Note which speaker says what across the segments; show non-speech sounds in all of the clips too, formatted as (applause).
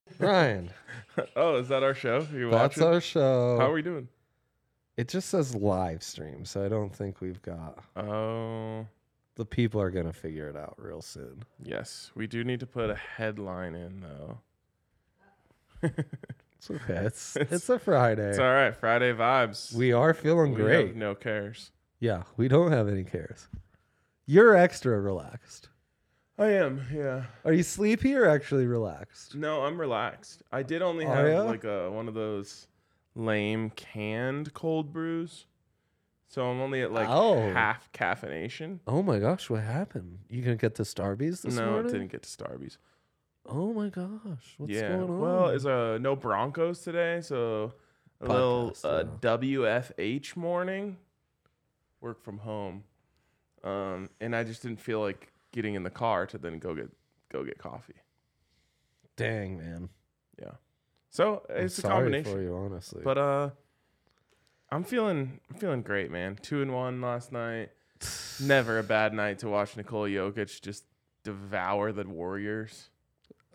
Speaker 1: (laughs)
Speaker 2: Ryan,
Speaker 1: Oh, is that our show? Are you
Speaker 2: that's
Speaker 1: watching?
Speaker 2: our show.
Speaker 1: How are we doing?
Speaker 2: It just says live stream, so I don't think we've got
Speaker 1: Oh,
Speaker 2: the people are gonna figure it out real soon.
Speaker 1: yes. We do need to put a headline in though. (laughs)
Speaker 2: It's okay. It's it's a Friday.
Speaker 1: It's all right. Friday vibes.
Speaker 2: We are feeling
Speaker 1: We have
Speaker 2: great.
Speaker 1: No cares.
Speaker 2: Yeah, we don't have any cares. You're extra relaxed.
Speaker 1: I am. Yeah.
Speaker 2: Are you sleepy or actually relaxed?
Speaker 1: No, I'm relaxed. I did only
Speaker 2: Are
Speaker 1: have
Speaker 2: ya?
Speaker 1: like a one of those lame canned cold brews, so I'm only at like
Speaker 2: Ow.
Speaker 1: half caffeination.
Speaker 2: Oh my gosh, what happened? You gonna get to Starbucks this
Speaker 1: no,
Speaker 2: morning?
Speaker 1: it didn't get to Starbucks.
Speaker 2: Oh my gosh, what's
Speaker 1: yeah.
Speaker 2: going on?
Speaker 1: Well, it's uh, no Broncos today, so a little
Speaker 2: Podcast,
Speaker 1: uh,
Speaker 2: yeah.
Speaker 1: WFH morning, work from home, um, and I just didn't feel like getting in the car to then go get go get coffee.
Speaker 2: dang man.
Speaker 1: Yeah, so
Speaker 2: I'm
Speaker 1: it's a
Speaker 2: sorry for
Speaker 1: combination.
Speaker 2: you, honestly. (sighs)
Speaker 1: But uh, I'm feeling I'm feeling great, man. Two and one last night. Never a bad night to watch Nikola Jokic just devour the Warriors.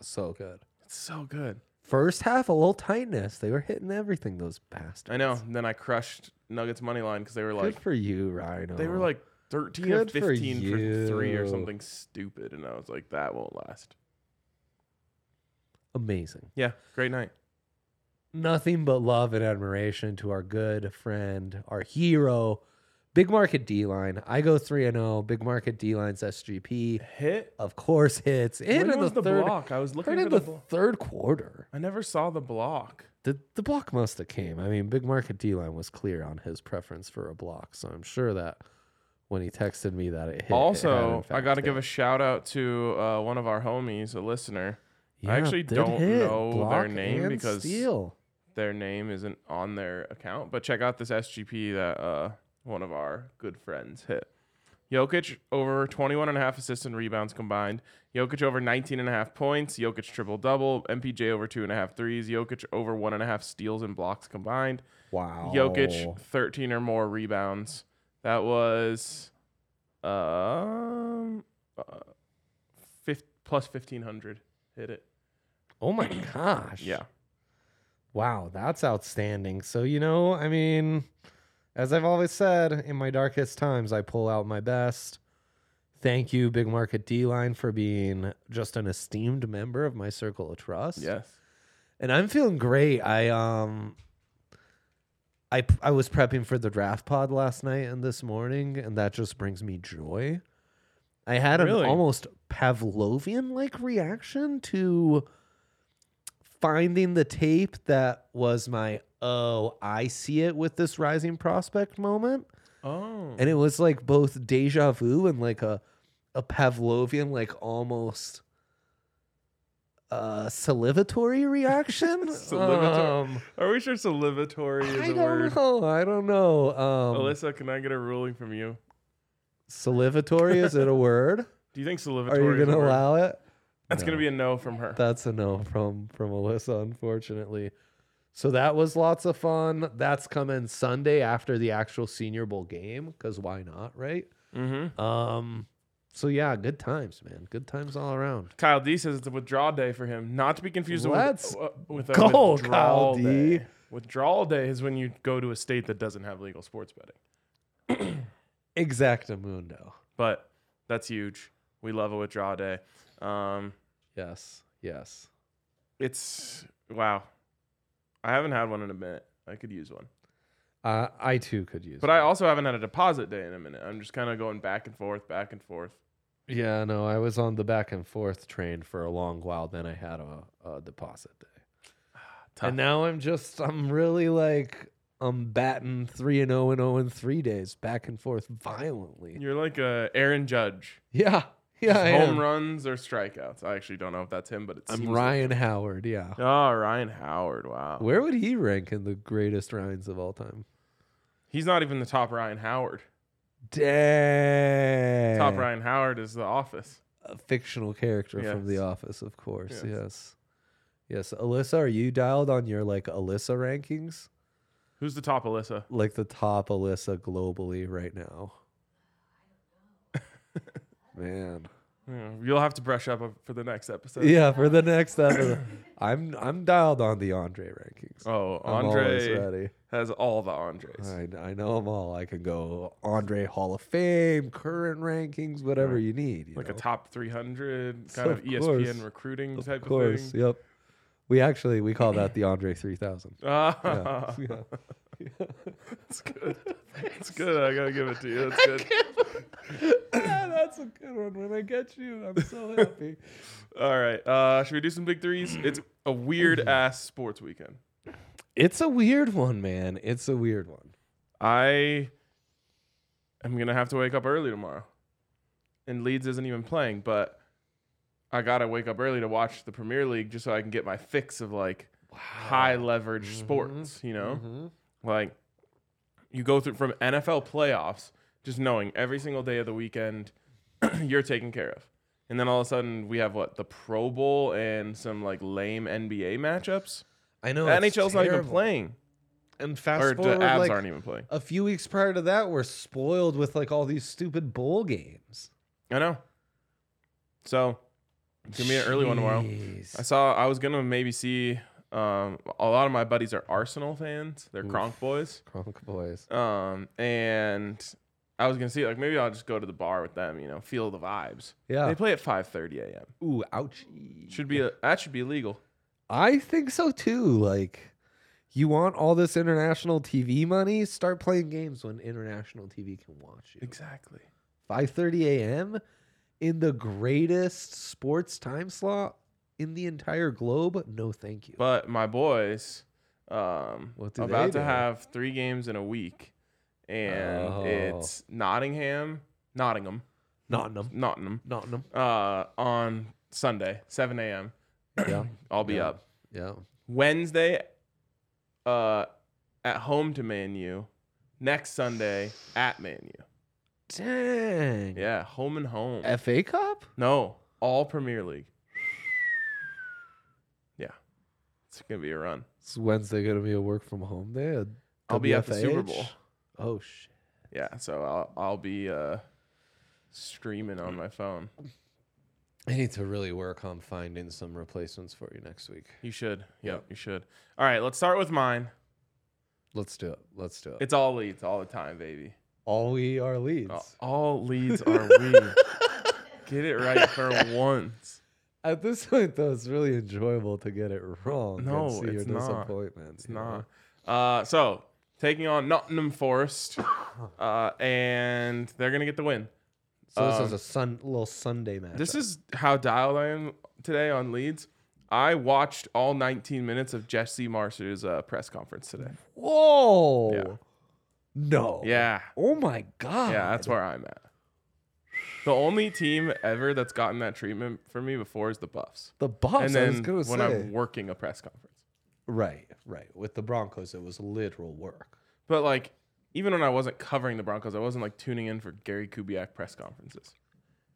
Speaker 2: so good.
Speaker 1: It's so good.
Speaker 2: First half, a little tightness. They were hitting everything. Those bastards.
Speaker 1: I know. And then I crushed Nuggets money line because they were like
Speaker 2: good for you, Rhino.
Speaker 1: they were like thirteen
Speaker 2: Good
Speaker 1: or
Speaker 2: for
Speaker 1: fifteen for, three or
Speaker 2: you.
Speaker 1: something stupid, and I was like, that won't last.
Speaker 2: amazing.
Speaker 1: Yeah, great night.
Speaker 2: Nothing but love and admiration to our good friend, our hero, Big Market D Line. I go three and zero. Big Market D Line's SGP,
Speaker 1: Hit.
Speaker 2: of course, hits. And
Speaker 1: when
Speaker 2: in
Speaker 1: was
Speaker 2: the,
Speaker 1: the,
Speaker 2: third,
Speaker 1: block? I was looking
Speaker 2: right
Speaker 1: for
Speaker 2: in
Speaker 1: the.
Speaker 2: the
Speaker 1: block.
Speaker 2: third quarter.
Speaker 1: I never saw the block.
Speaker 2: The the block must have came. I mean, Big Market D Line was clear on his preference for a block, so I'm sure that when he texted me that it hit.
Speaker 1: also, I got to give a shout out to uh, one of our homies, a listener. I actually don't know their name because-
Speaker 2: steel.
Speaker 1: Their name isn't on their account, but check out this SGP that uh, one of our good friends hit. Jokic over 21 and a half assists and rebounds combined. Jokic over 19 and a half points. Jokic triple double. MPJ over two and a half threes. Jokic over one and a half steals and blocks combined.
Speaker 2: Wow. Oh.
Speaker 1: Jokic 13 or more rebounds. That was um uh, fif- plus 1500 hit it.
Speaker 2: Oh my gosh.
Speaker 1: Yeah.
Speaker 2: Wow, that's outstanding. So, you know, I mean, as I've always said, in my darkest times, I pull out my best. Thank you, Big Market D Line, for being just an esteemed member of my circle of trust.
Speaker 1: Yes.
Speaker 2: And I'm feeling great. I, um, I, I was prepping for the draft pod last night and this morning, and that just brings me joy. I had an
Speaker 1: Really?
Speaker 2: almost Pavlovian like reaction to finding the tape that was my oh, I see it with this rising prospect moment.
Speaker 1: Oh.
Speaker 2: And it was like both deja vu and like a a Pavlovian, like almost uh salivatory reaction.
Speaker 1: (laughs) Salivatory.
Speaker 2: Um,
Speaker 1: Are we sure salivatory is
Speaker 2: I
Speaker 1: a
Speaker 2: don't
Speaker 1: word?
Speaker 2: know. I don't know. Um,
Speaker 1: Alyssa, can I get a ruling from you?
Speaker 2: salivatory is it a word?
Speaker 1: Do you think
Speaker 2: Are
Speaker 1: (laughs) salivatory
Speaker 2: you
Speaker 1: is a
Speaker 2: gonna
Speaker 1: word?
Speaker 2: allow it?
Speaker 1: That's going
Speaker 2: No.
Speaker 1: to be a no from her.
Speaker 2: That's a no from from Alyssa, unfortunately. So that was lots of fun. That's coming Sunday after the actual Senior Bowl game, because why not, right?
Speaker 1: mm-hmm.
Speaker 2: Um, so yeah, good times, man. Good times all around.
Speaker 1: Kyle D says it's a withdrawal day for him, not to be confused
Speaker 2: Let's
Speaker 1: with, uh, with a
Speaker 2: go,
Speaker 1: withdrawal
Speaker 2: Kyle D.
Speaker 1: day. Withdrawal day is when you go to a state that doesn't have legal sports betting.
Speaker 2: Exactamundo.
Speaker 1: but that's huge. We love a withdrawal day. Um,
Speaker 2: Yes, yes.
Speaker 1: it's wow. I haven't had one in a minute. I could use one.
Speaker 2: Uh, I too could use.
Speaker 1: But I also haven't had a deposit day in a minute. I'm just kind of going back and forth, back and forth.
Speaker 2: Yeah, no, I was on the back and forth train for a long while. Then I had a, a deposit
Speaker 1: (sighs)
Speaker 2: day, and now I'm just I'm really like I'm batting three and zero and zero and three days back and forth violently.
Speaker 1: You're like a Aaron Judge.
Speaker 2: Yeah, yeah, I
Speaker 1: home
Speaker 2: am.
Speaker 1: runs or strikeouts. I actually don't know if that's him, but it's
Speaker 2: I'm Ryan Howard. Yeah,
Speaker 1: oh, Ryan Howard. Wow.
Speaker 2: where would he rank in the greatest Ryans of all time?
Speaker 1: He's not even the top Ryan Howard.
Speaker 2: Dang,
Speaker 1: Top Ryan Howard is The Office.
Speaker 2: a fictional character from The
Speaker 1: Yes.
Speaker 2: Office, of course.
Speaker 1: Yes.
Speaker 2: Yes. yes, Alyssa, are you dialed on your like Alyssa rankings?
Speaker 1: Who's the top Alyssa?
Speaker 2: like the top Alyssa globally right
Speaker 1: (laughs)
Speaker 2: now? Man.
Speaker 1: Yeah, Hmm, You'll have to brush up for the next episode.
Speaker 2: Yeah, for the next episode. I'm I'm dialed on the Andre rankings.
Speaker 1: Oh,
Speaker 2: I'm always
Speaker 1: Andre
Speaker 2: ready.
Speaker 1: has all the Andres.
Speaker 2: I, I know them all. I can go Andre Hall of Fame, current rankings, whatever you need. you
Speaker 1: Like a
Speaker 2: know?
Speaker 1: top 300 kind
Speaker 2: Of
Speaker 1: of, E
Speaker 2: course.
Speaker 1: ESPN recruiting
Speaker 2: of
Speaker 1: type
Speaker 2: course.
Speaker 1: of thing.
Speaker 2: Yep. We actually we call that the Andre
Speaker 1: (laughs)
Speaker 2: 3000. Yeah. (laughs)
Speaker 1: Ah,
Speaker 2: yeah.
Speaker 1: It's good. It's good. I gotta give it
Speaker 2: (laughs)
Speaker 1: to you. It's good.
Speaker 2: Ah, (laughs) that's a good one. When I get you, I'm so happy.
Speaker 1: All right. Uh, should we do some big threes? It's a weird
Speaker 2: Mm-hmm.
Speaker 1: ass sports weekend.
Speaker 2: (laughs) it's a weird one, man. It's a weird one.
Speaker 1: I am gonna have to wake up early tomorrow, and Leeds isn't even playing. But I gotta wake up early to watch the Premier League just so I can get my fix of like high leverage
Speaker 2: Mm-hmm.
Speaker 1: sports. You know, like you go through from NFL playoffs, just knowing every single day of the weekend (clears throat) you're taken care of. And then all of a sudden we have what the Pro Bowl and some like lame NBA matchups.
Speaker 2: I know
Speaker 1: The
Speaker 2: it's
Speaker 1: NHL's not even
Speaker 2: Oh, terrible.
Speaker 1: playing,
Speaker 2: And fast
Speaker 1: or
Speaker 2: forward,
Speaker 1: the Abs
Speaker 2: like,
Speaker 1: aren't even playing.
Speaker 2: a few weeks prior to that, we're spoiled with like all these stupid bowl games.
Speaker 1: I know. So it's gonna be an early one tomorrow.
Speaker 2: Jeez.
Speaker 1: I saw I was gonna maybe see um a lot of my buddies are Arsenal fans. They're Kronk boys.
Speaker 2: Crunk boys.
Speaker 1: Um and I was gonna see like maybe I'll just go to the bar with them, you know, feel the vibes.
Speaker 2: Yeah.
Speaker 1: They play at five thirty AM.
Speaker 2: Ooh, ouchie.
Speaker 1: Should be a, that should be illegal.
Speaker 2: I think so too. Like, you want all this international TV money? Start playing games when international TV can watch you.
Speaker 1: Exactly.
Speaker 2: 5:30 a.m. in the greatest sports time slot in the entire globe? No, thank you.
Speaker 1: But my boys um
Speaker 2: What do
Speaker 1: about
Speaker 2: they
Speaker 1: to
Speaker 2: do?
Speaker 1: have three games in a week and
Speaker 2: Oh.
Speaker 1: it's Nottingham, Nottingham,
Speaker 2: Nottingham.
Speaker 1: Nottingham.
Speaker 2: Nottingham.
Speaker 1: uh, on Sunday, 7 a.m.
Speaker 2: yeah.
Speaker 1: I'll be
Speaker 2: Yeah.
Speaker 1: up.
Speaker 2: Yeah.
Speaker 1: Wednesday, uh, at home to Man U. Next Sunday at Man U.
Speaker 2: Dang.
Speaker 1: Yeah, home and home.
Speaker 2: FA Cup?
Speaker 1: no, all Premier League. Yeah, it's gonna be a run.
Speaker 2: Is Wednesday gonna be a work from home day? A
Speaker 1: I'll be at the Super
Speaker 2: WFH?
Speaker 1: Bowl.
Speaker 2: Oh shit.
Speaker 1: Yeah, so I'll I'll be uh, streaming on my phone.
Speaker 2: I need to really work on finding some replacements for you next week.
Speaker 1: You should. Yep, you should. All right, let's start with mine.
Speaker 2: Let's do it. Let's do it.
Speaker 1: It's all leads all the time, baby.
Speaker 2: all we are leads.
Speaker 1: Uh, All leads
Speaker 2: (laughs)
Speaker 1: are we. Get it right for once.
Speaker 2: At this point though, it's really enjoyable to get it wrong.
Speaker 1: No,
Speaker 2: and see
Speaker 1: it's
Speaker 2: your
Speaker 1: not.
Speaker 2: disappointment.
Speaker 1: It's not. Uh, so taking on Nottingham Forest, uh, and they're gonna get the win.
Speaker 2: So this is
Speaker 1: Um,
Speaker 2: a sun little Sunday match.
Speaker 1: This is how dialed I am today on Leeds. I watched all 19 minutes of Jesse Marsu's uh, press conference today.
Speaker 2: Whoa.
Speaker 1: Yeah.
Speaker 2: No.
Speaker 1: Yeah,
Speaker 2: Oh my god.
Speaker 1: yeah, that's where I'm at. The only team ever that's gotten that treatment for me before is the Buffs,
Speaker 2: the Buffs.
Speaker 1: and
Speaker 2: Oh, I was
Speaker 1: then
Speaker 2: gonna
Speaker 1: when
Speaker 2: say.
Speaker 1: I'm working a press conference.
Speaker 2: right, right. With the Broncos, it was literal work.
Speaker 1: But like, even when I wasn't covering the Broncos, I wasn't like tuning in for Gary Kubiak press conferences.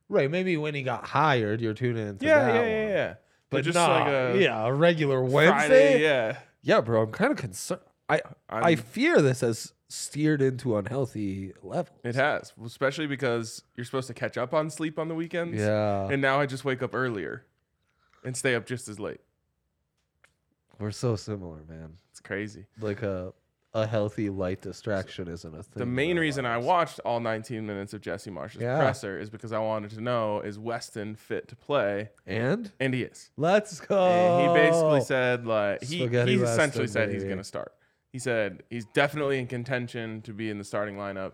Speaker 2: Right. Maybe when he got hired, you're tuning into
Speaker 1: Yeah,
Speaker 2: that
Speaker 1: yeah,
Speaker 2: one.
Speaker 1: yeah, yeah.
Speaker 2: But just like
Speaker 1: uh,
Speaker 2: a yeah, a regular Wednesday.
Speaker 1: Friday, yeah.
Speaker 2: Yeah, bro. I'm kind of concerned. I i
Speaker 1: I'm-
Speaker 2: fear this has steered into unhealthy levels.
Speaker 1: It has, especially because you're supposed to catch up on sleep on the weekends.
Speaker 2: Yeah,
Speaker 1: And now I just wake up earlier and stay up just as late.
Speaker 2: we're so similar, man.
Speaker 1: It's crazy.
Speaker 2: Like a a healthy light distraction isn't a thing.
Speaker 1: The main reason I watched all 19 minutes of Jesse Marsh's
Speaker 2: Yeah.
Speaker 1: presser is because I wanted to know is Weston fit to play?
Speaker 2: and
Speaker 1: And he is.
Speaker 2: let's go.
Speaker 1: And he basically said like he,
Speaker 2: Oh. Spaghetti
Speaker 1: he
Speaker 2: Western,
Speaker 1: essentially said he's
Speaker 2: baby.
Speaker 1: going to start. He said he's definitely in contention to be in the starting lineup.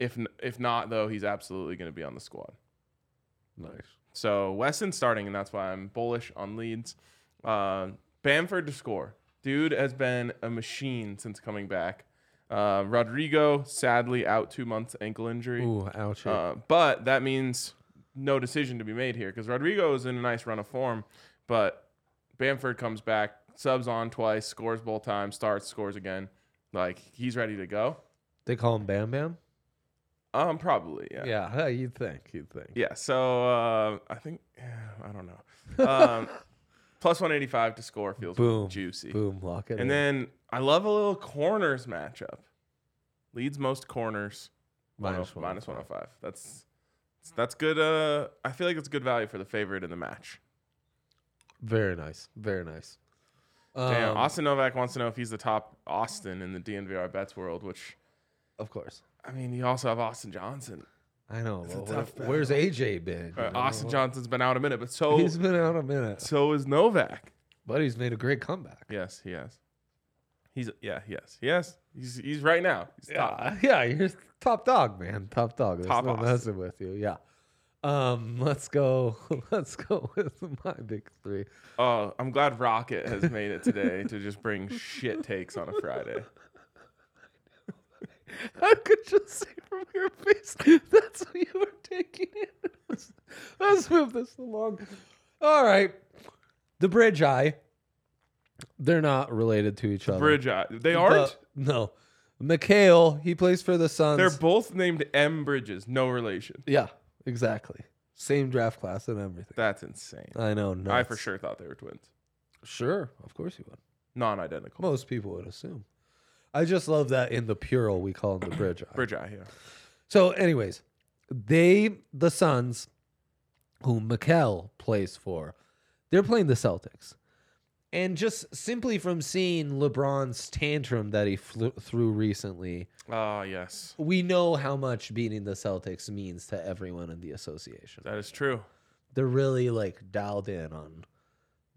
Speaker 1: If n- if not though, he's absolutely going to be on the squad.
Speaker 2: Nice.
Speaker 1: So Weston starting, and that's why I'm bullish on Leeds. Uh, Bamford to score. Dude has been a machine since coming back. Uh, Rodrigo sadly out two months ankle injury.
Speaker 2: Ooh, ouch.
Speaker 1: Uh, but that means no decision to be made here because Rodrigo is in a nice run of form, but Bamford comes back, subs on twice, scores both times, starts, scores again. Like he's ready to go.
Speaker 2: they call him Bam Bam.
Speaker 1: Um, probably yeah.
Speaker 2: Yeah, huh, you'd think. You'd think.
Speaker 1: Yeah, so uh, I think I don't know. Um, plus 185 to score feels
Speaker 2: Boom. (laughs)
Speaker 1: juicy.
Speaker 2: Boom. Lock it. in.
Speaker 1: And then I love a little corners matchup. Leads most corners.
Speaker 2: Minus oh
Speaker 1: one oh, minus 105. That's that's good. Uh, I feel like it's good value for the favorite in the match.
Speaker 2: very nice. Very nice.
Speaker 1: Damn,
Speaker 2: Um,
Speaker 1: Austin Novak wants to know if he's the top Austin in the DNVR bets world. Which
Speaker 2: Of course.
Speaker 1: I mean, you also have Austin Johnson.
Speaker 2: I know.
Speaker 1: a
Speaker 2: but what
Speaker 1: tough
Speaker 2: if-
Speaker 1: battle.
Speaker 2: where's AJ been?
Speaker 1: Uh,
Speaker 2: You know?
Speaker 1: Austin Johnson's been out a minute, but so
Speaker 2: He's been out a minute,
Speaker 1: so is Novak.
Speaker 2: but he's made a great comeback.
Speaker 1: Yes, he has. He's yeah, yes, yes. He's he's right now. He's top.
Speaker 2: Yeah, yeah, you're top dog, man. Top dog. There's
Speaker 1: Top
Speaker 2: no
Speaker 1: Austin.
Speaker 2: messing with you. Yeah. Um, let's go. (laughs) Let's go with my big three.
Speaker 1: Oh, I'm glad Rocket has made it today to just bring shit takes on a
Speaker 2: (laughs)
Speaker 1: Friday.
Speaker 2: I could just see from your face that's what you were taking in. (laughs) Let's- Let's move this along. All right. The bridge eye. They're not related to each other.
Speaker 1: Bridge Eye. They aren't.
Speaker 2: But- no. Mikhail, he plays for the Suns.
Speaker 1: They're both named M Bridges. No relation.
Speaker 2: yeah, exactly. Same draft class and everything.
Speaker 1: That's insane.
Speaker 2: I know. Nuts.
Speaker 1: I for sure thought they were twins.
Speaker 2: Sure, of course you would.
Speaker 1: Non-identical.
Speaker 2: Most people would assume. I just love that in the plural we call him the bridge eye.
Speaker 1: Bridge Eye. Yeah.
Speaker 2: So, anyways, they the Suns, who Mikel plays for, they're playing the Celtics, and just simply from seeing LeBron's tantrum that he flew, threw recently,
Speaker 1: Ah, yes,
Speaker 2: we know how much beating the Celtics means to everyone in the association.
Speaker 1: that is true.
Speaker 2: They're really like dialed in on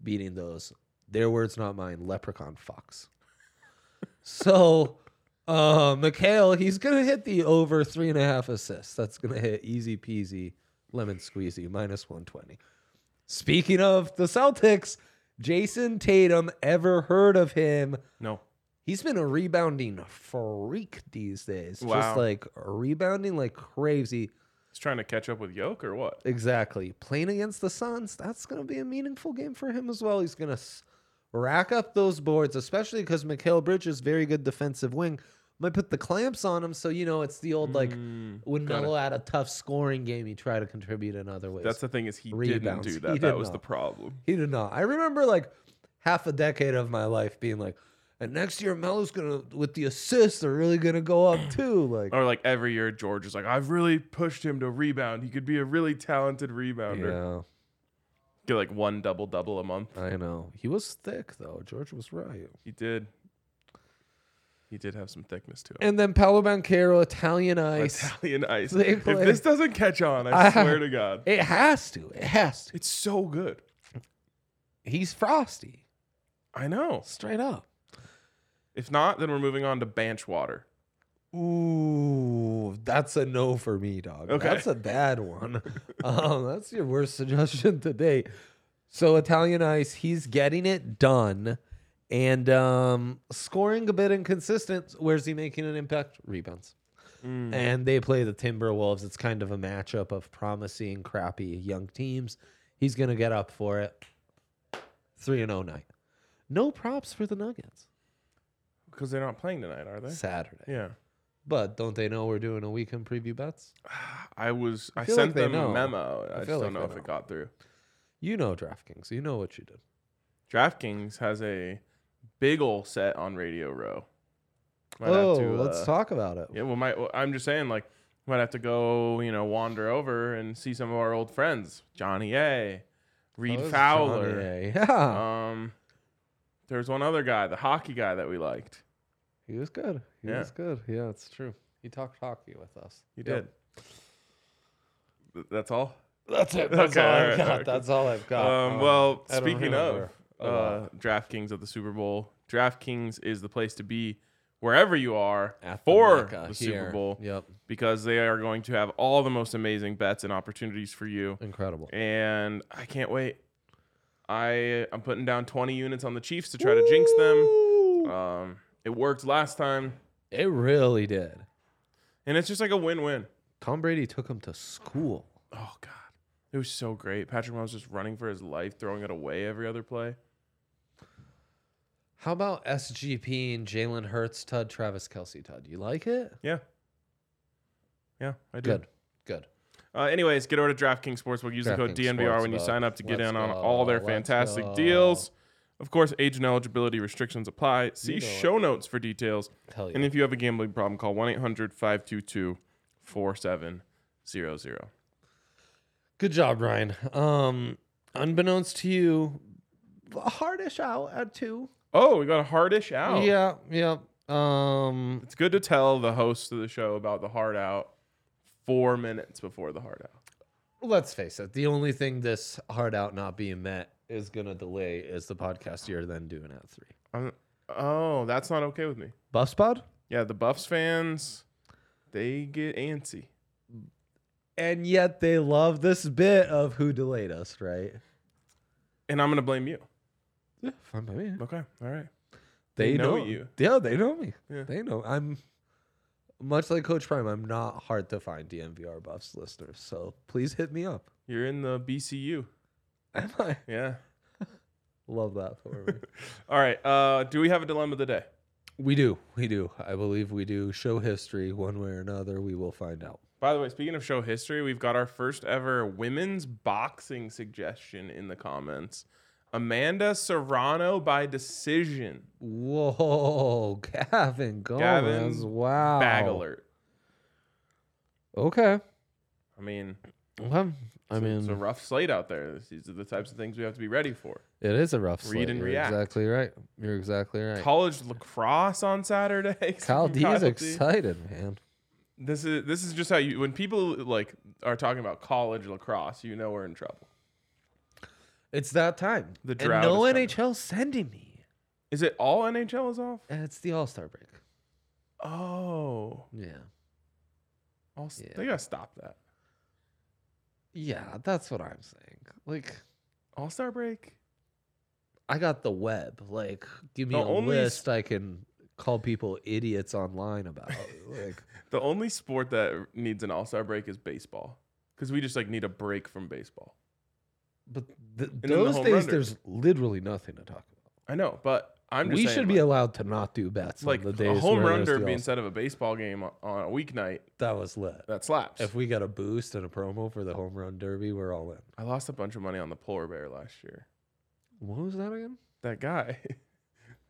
Speaker 2: beating those. Their words, not mine. Leprechaun fucks. so, uh, Mikhail, he's gonna hit the over three and a half assists. That's gonna hit easy peasy, lemon squeezy, minus one twenty. Speaking of the Celtics, Jason Tatum. Ever heard of him?
Speaker 1: No.
Speaker 2: He's been a rebounding freak these days.
Speaker 1: Wow.
Speaker 2: Just like rebounding like crazy.
Speaker 1: He's trying to catch up with Yoke or what?
Speaker 2: Exactly. Playing against the Suns, that's going to be a meaningful game for him as well. He's going to rack up those boards, especially because Mikhail Bridges, very good defensive wing, might put the clamps on him. So, you know, it's the old like
Speaker 1: Mm,
Speaker 2: when
Speaker 1: got it.
Speaker 2: Melo had a tough scoring game, he tried to contribute in other ways.
Speaker 1: That's the thing is he
Speaker 2: Rebounds.
Speaker 1: didn't
Speaker 2: He
Speaker 1: do that.
Speaker 2: did
Speaker 1: that was
Speaker 2: not.
Speaker 1: the problem.
Speaker 2: he did not. I remember like half a decade of my life being like, and next year Melo's going to, with the assists, they're really going to go up too. Like,
Speaker 1: Or like every year, George is like, I've really pushed him to rebound. He could be a really talented rebounder.
Speaker 2: yeah,
Speaker 1: Get like one double double a month.
Speaker 2: I know. He was thick though. George was right.
Speaker 1: He did. He did have some thickness to him.
Speaker 2: And then Paolo Banquero, Italian Ice.
Speaker 1: Italian ice.
Speaker 2: They
Speaker 1: If
Speaker 2: play-
Speaker 1: this doesn't catch on,
Speaker 2: (laughs)
Speaker 1: I,
Speaker 2: I-
Speaker 1: swear to God,
Speaker 2: It has to. It has to.
Speaker 1: it's so good.
Speaker 2: He's frosty,
Speaker 1: I know.
Speaker 2: straight up.
Speaker 1: If not, then we're moving on to bench water.
Speaker 2: Ooh, that's a no for me, dog.
Speaker 1: Okay.
Speaker 2: That's a bad
Speaker 1: (laughs)
Speaker 2: one. um, that's your worst suggestion to date. So Italian Ice, he's getting it done and um, scoring a bit inconsistent. Where's he making an impact? Rebounds.
Speaker 1: Hmm.
Speaker 2: And they play the Timberwolves. It's kind of a matchup of promising, crappy young teams. He's gonna get up for it. Three and oh night. No props for the Nuggets.
Speaker 1: Because they're not playing tonight, are they?
Speaker 2: Saturday.
Speaker 1: Yeah.
Speaker 2: But don't they know we're doing a weekend preview bets?
Speaker 1: I was. I,
Speaker 2: feel like
Speaker 1: sent
Speaker 2: they
Speaker 1: them
Speaker 2: know.
Speaker 1: a memo. I, just
Speaker 2: feel like
Speaker 1: don't know
Speaker 2: they
Speaker 1: if it
Speaker 2: know.
Speaker 1: got through.
Speaker 2: You know DraftKings. You know what you did.
Speaker 1: DraftKings has a big ol' set on Radio Row. Might have
Speaker 2: oh,
Speaker 1: to,
Speaker 2: let's
Speaker 1: uh,
Speaker 2: talk about it.
Speaker 1: Yeah, well, my well, I'm just saying, like, might have to go, you know, wander over and see some of our old friends, Johnny A, Reed
Speaker 2: Oh, it's
Speaker 1: Fowler.
Speaker 2: Johnny A. (laughs) Yeah.
Speaker 1: Um, there's one other guy, the hockey guy that we liked.
Speaker 2: he was good. He
Speaker 1: yeah.
Speaker 2: was good. Yeah, it's true. He talked hockey with us.
Speaker 1: You
Speaker 2: Yep.
Speaker 1: did. Th- That's all.
Speaker 2: That's
Speaker 1: (laughs)
Speaker 2: it. That's
Speaker 1: Okay,
Speaker 2: all I've
Speaker 1: alright,
Speaker 2: got.
Speaker 1: alright, cool.
Speaker 2: That's all I've got.
Speaker 1: Um, well,
Speaker 2: I don't
Speaker 1: speaking
Speaker 2: remember
Speaker 1: of
Speaker 2: a lot.
Speaker 1: uh, DraftKings at the Super Bowl, DraftKings is the place to be wherever you are
Speaker 2: At the
Speaker 1: for
Speaker 2: Mecca here.
Speaker 1: the Super Bowl
Speaker 2: Yep.
Speaker 1: because they are going to have all the most amazing bets and opportunities for you.
Speaker 2: Incredible.
Speaker 1: And I can't wait. I I'm putting down 20 units on the Chiefs to try to jinx them.
Speaker 2: Ooh.
Speaker 1: Um, it worked last time,
Speaker 2: It really did.
Speaker 1: and it's just like a win-win.
Speaker 2: Tom Brady took him to school.
Speaker 1: Oh God, it was so great. Patrick Mahomes just running for his life, throwing it away every other play.
Speaker 2: How about SGP and Jalen Hurts, Tud, Travis Kelsey, Tud? You like it?
Speaker 1: Yeah, yeah, I do.
Speaker 2: Good. Good.
Speaker 1: Uh, anyways, get over to DraftKings Sportsbook. Use the code
Speaker 2: DraftKings
Speaker 1: DNVR when you
Speaker 2: Sportsbook.
Speaker 1: sign up to get
Speaker 2: Let's
Speaker 1: in on
Speaker 2: go.
Speaker 1: all their
Speaker 2: Let's
Speaker 1: fantastic
Speaker 2: go.
Speaker 1: deals. Of course, age and eligibility restrictions apply. See
Speaker 2: know it.
Speaker 1: show notes for details.
Speaker 2: Hell yeah.
Speaker 1: And if you have a gambling problem, call 1 800 522 4700.
Speaker 2: Good job, Ryan. Um, unbeknownst to you, hardish out at two.
Speaker 1: Oh, we got a hardish out.
Speaker 2: Yeah, yeah. Um,
Speaker 1: It's good to tell the host of the show about the hard out four minutes before the hard out.
Speaker 2: let's face it. The only thing this hard out not being met is gonna delay is the podcast you're then doing at three.
Speaker 1: I'm- oh, that's not okay with me.
Speaker 2: Buff spot.
Speaker 1: Yeah, the Buffs fans, they get antsy.
Speaker 2: And yet they love this bit of who delayed us, right?
Speaker 1: And I'm going to blame you.
Speaker 2: Yeah, fine by me.
Speaker 1: Okay. All right.
Speaker 2: They,
Speaker 1: They know
Speaker 2: know,
Speaker 1: you.
Speaker 2: Yeah, they know me.
Speaker 1: Yeah.
Speaker 2: They know I'm much like Coach Prime. I'm not hard to find DMVR buffs listeners. So please hit me up.
Speaker 1: You're in the BCU.
Speaker 2: Am I?
Speaker 1: Yeah.
Speaker 2: Love that for me.
Speaker 1: All right. Uh, do we have a dilemma of the day?
Speaker 2: (laughs) We do. We do. I believe we do. Show history one way or another. We will find out.
Speaker 1: By the way, speaking of show history, we've got our first ever women's boxing suggestion in the comments. Amanda Serrano by decision.
Speaker 2: Whoa, (laughs) Gavin Gomez.
Speaker 1: Gavin
Speaker 2: wow.
Speaker 1: Bag alert.
Speaker 2: Okay.
Speaker 1: I mean,
Speaker 2: Well, I
Speaker 1: it's a- it's
Speaker 2: mean,
Speaker 1: a rough slate out there. This- These are the types of things we have to be ready for.
Speaker 2: it is a rough
Speaker 1: Read
Speaker 2: slate.
Speaker 1: and
Speaker 2: You're
Speaker 1: react.
Speaker 2: exactly right. You're exactly right.
Speaker 1: College lacrosse on Saturday. (laughs)
Speaker 2: Kyle D
Speaker 1: Kyle
Speaker 2: is
Speaker 1: D.
Speaker 2: excited, man.
Speaker 1: This is this is just how you when people like are talking about college lacrosse, you know we're in trouble.
Speaker 2: It's that time.
Speaker 1: The
Speaker 2: And
Speaker 1: drought
Speaker 2: no
Speaker 1: is coming.
Speaker 2: NHL sending me.
Speaker 1: Is it all NHL is off?
Speaker 2: Uh, It's the All Star break.
Speaker 1: Oh,
Speaker 2: Yeah.
Speaker 1: I'll s-
Speaker 2: Yeah.
Speaker 1: they gotta stop that.
Speaker 2: Yeah, that's what I'm saying. Like,
Speaker 1: All Star break.
Speaker 2: I got the web. Like, give me
Speaker 1: The
Speaker 2: a
Speaker 1: only s-
Speaker 2: list I can call people idiots online
Speaker 1: (laughs)
Speaker 2: about. Like,
Speaker 1: The only sport that needs an All Star break is baseball, because we just like need a break from baseball.
Speaker 2: But th-
Speaker 1: then the
Speaker 2: those
Speaker 1: home
Speaker 2: days,
Speaker 1: runners.
Speaker 2: there's literally nothing to talk about.
Speaker 1: I know, but I'm just
Speaker 2: we
Speaker 1: saying,
Speaker 2: should be allowed to not do bets.
Speaker 1: like,
Speaker 2: on the
Speaker 1: like
Speaker 2: days
Speaker 1: a home
Speaker 2: where
Speaker 1: run
Speaker 2: there's the
Speaker 1: derby
Speaker 2: All-
Speaker 1: instead of a baseball game on- on a weeknight.
Speaker 2: That was lit.
Speaker 1: That slaps.
Speaker 2: If we got a boost and a promo for the home run derby, we're all in.
Speaker 1: I lost a bunch of money on the polar bear last year.
Speaker 2: What was that
Speaker 1: (laughs)
Speaker 2: again?
Speaker 1: That guy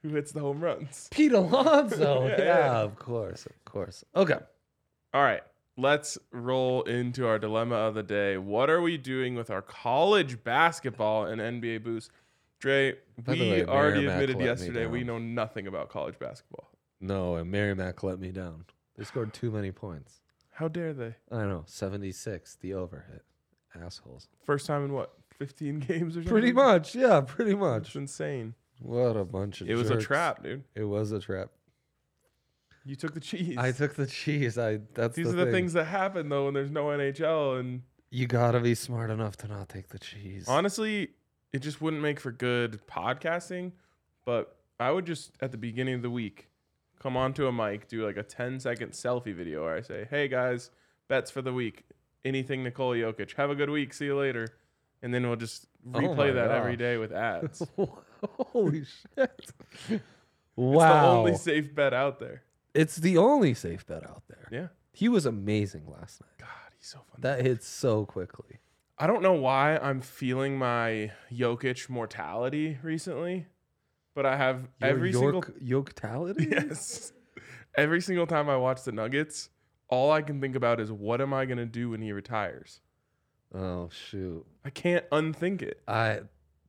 Speaker 1: who hits the home runs.
Speaker 2: Pete Alonso.
Speaker 1: Yeah,
Speaker 2: (laughs) yeah,
Speaker 1: yeah.
Speaker 2: of course, of course. Okay,
Speaker 1: All right, let's roll into our dilemma of the day. What are we doing with our college basketball and NBA boost? Dre,
Speaker 2: By the
Speaker 1: we
Speaker 2: way,
Speaker 1: already
Speaker 2: Merrimack
Speaker 1: admitted
Speaker 2: let me
Speaker 1: yesterday we
Speaker 2: down.
Speaker 1: know nothing about college basketball.
Speaker 2: no, and Merrimack let me down. They scored too many points.
Speaker 1: How dare they?
Speaker 2: I know, seventy-six. The overhit, assholes.
Speaker 1: First time in what, 15 (laughs) games or something?
Speaker 2: Pretty much, yeah, pretty much.
Speaker 1: It's insane.
Speaker 2: What a bunch of.
Speaker 1: It was a
Speaker 2: jerks.
Speaker 1: trap, dude.
Speaker 2: It was a trap.
Speaker 1: You took the cheese.
Speaker 2: I took the cheese. I. That's the
Speaker 1: These are the
Speaker 2: thing.
Speaker 1: things that happen though when there's no NHL. And
Speaker 2: You gotta be smart enough to not take the cheese.
Speaker 1: honestly, it just wouldn't make for good podcasting. But I would just, at the beginning of the week, come onto a mic, do like a 10 second selfie video where I say, hey guys, bets for the week. Anything Nicole Jokic. Have a good week. See you later. And then we'll just
Speaker 2: Oh
Speaker 1: replay
Speaker 2: my
Speaker 1: that every
Speaker 2: gosh.
Speaker 1: day
Speaker 2: (laughs)
Speaker 1: with ads. it's
Speaker 2: (laughs) Holy shit!
Speaker 1: the
Speaker 2: wow,
Speaker 1: only safe bet out there.
Speaker 2: it's the only safe bet out there.
Speaker 1: Yeah.
Speaker 2: He was amazing last night.
Speaker 1: God, he's so fun.
Speaker 2: That hit so quickly.
Speaker 1: I don't know why I'm feeling my Jokic mortality recently, but I have every single
Speaker 2: Yorktality.
Speaker 1: (laughs) Yes. Every single time I watch the Nuggets, all I can think about is what am I going to do when he retires?
Speaker 2: Oh shoot!
Speaker 1: I can't unthink it.
Speaker 2: I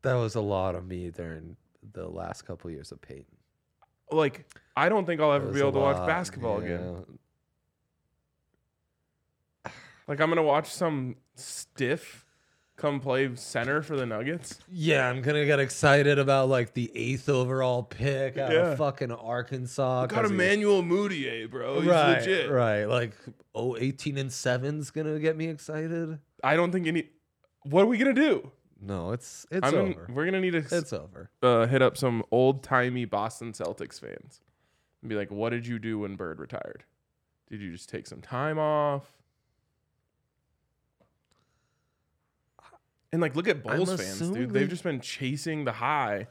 Speaker 2: that was a lot of me during the last couple years of Peyton.
Speaker 1: Like, I don't think I'll ever
Speaker 2: That
Speaker 1: be
Speaker 2: was a
Speaker 1: able to watch
Speaker 2: lot,
Speaker 1: basketball again.
Speaker 2: yeah.
Speaker 1: Like, I'm going to watch some stiff come play center for the Nuggets?
Speaker 2: Yeah, I'm gonna get excited about like the eighth overall pick out
Speaker 1: Yeah.
Speaker 2: of fucking Arkansas.
Speaker 1: Got
Speaker 2: 'cause he-
Speaker 1: Emmanuel Moutier, bro. He's
Speaker 2: right,
Speaker 1: legit.
Speaker 2: right. Like oh, 18 and seven's gonna get me excited.
Speaker 1: I don't think any. What are we gonna do?
Speaker 2: No, it's it's
Speaker 1: I'm gonna-
Speaker 2: over.
Speaker 1: we're gonna need to
Speaker 2: it's over.
Speaker 1: uh, hit up some old timey Boston Celtics fans and be like, "What did you do when Bird retired? Did you just take some time off?" And like, look at
Speaker 2: I'm
Speaker 1: Bulls fans,
Speaker 2: assuming
Speaker 1: dude. They've
Speaker 2: they-
Speaker 1: just been chasing the high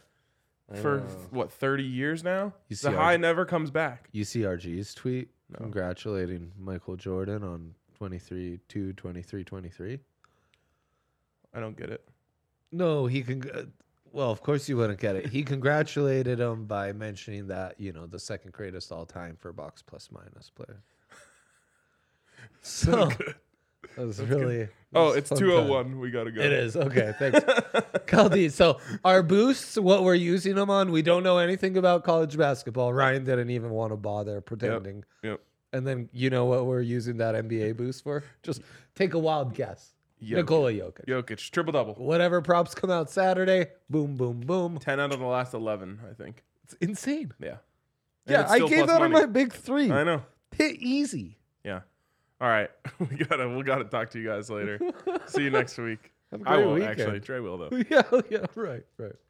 Speaker 2: I
Speaker 1: for
Speaker 2: know.
Speaker 1: what 30 years now.
Speaker 2: You see
Speaker 1: the
Speaker 2: how-
Speaker 1: high never comes back.
Speaker 2: UCRG's tweet
Speaker 1: No.
Speaker 2: congratulating Michael Jordan on 23 2 23 23.
Speaker 1: I don't get it.
Speaker 2: No, he can. Well, of course you wouldn't get it. He congratulated him by mentioning that you know the second greatest all time for box plus minus player. So that was really. that
Speaker 1: Oh,
Speaker 2: was
Speaker 1: it's
Speaker 2: fun time.
Speaker 1: 201. We gotta go.
Speaker 2: It is okay.
Speaker 1: (laughs)
Speaker 2: Thanks, Caldi. So our boosts, what we're using them on, we don't know anything about college basketball. Ryan didn't even want to bother pretending.
Speaker 1: Yep.
Speaker 2: And then you know what we're using that NBA boost for? Just take a wild guess.
Speaker 1: Jokic.
Speaker 2: Nikola Jokic.
Speaker 1: Jokic triple double.
Speaker 2: Whatever props come out Saturday, boom, boom, boom.
Speaker 1: 10 out of the last 11, I think.
Speaker 2: It's insane.
Speaker 1: Yeah. And
Speaker 2: Yeah,
Speaker 1: it's
Speaker 2: I
Speaker 1: still
Speaker 2: gave
Speaker 1: plus
Speaker 2: out on
Speaker 1: money.
Speaker 2: my big three.
Speaker 1: I know.
Speaker 2: Hit
Speaker 1: (laughs)
Speaker 2: easy.
Speaker 1: Yeah. All right. (laughs) We gotta we gotta talk to you guys later. See you next week.
Speaker 2: Have a
Speaker 1: I
Speaker 2: great
Speaker 1: won't
Speaker 2: weekend. (laughs)
Speaker 1: actually. Dre will though.
Speaker 2: yeah, yeah, right, right.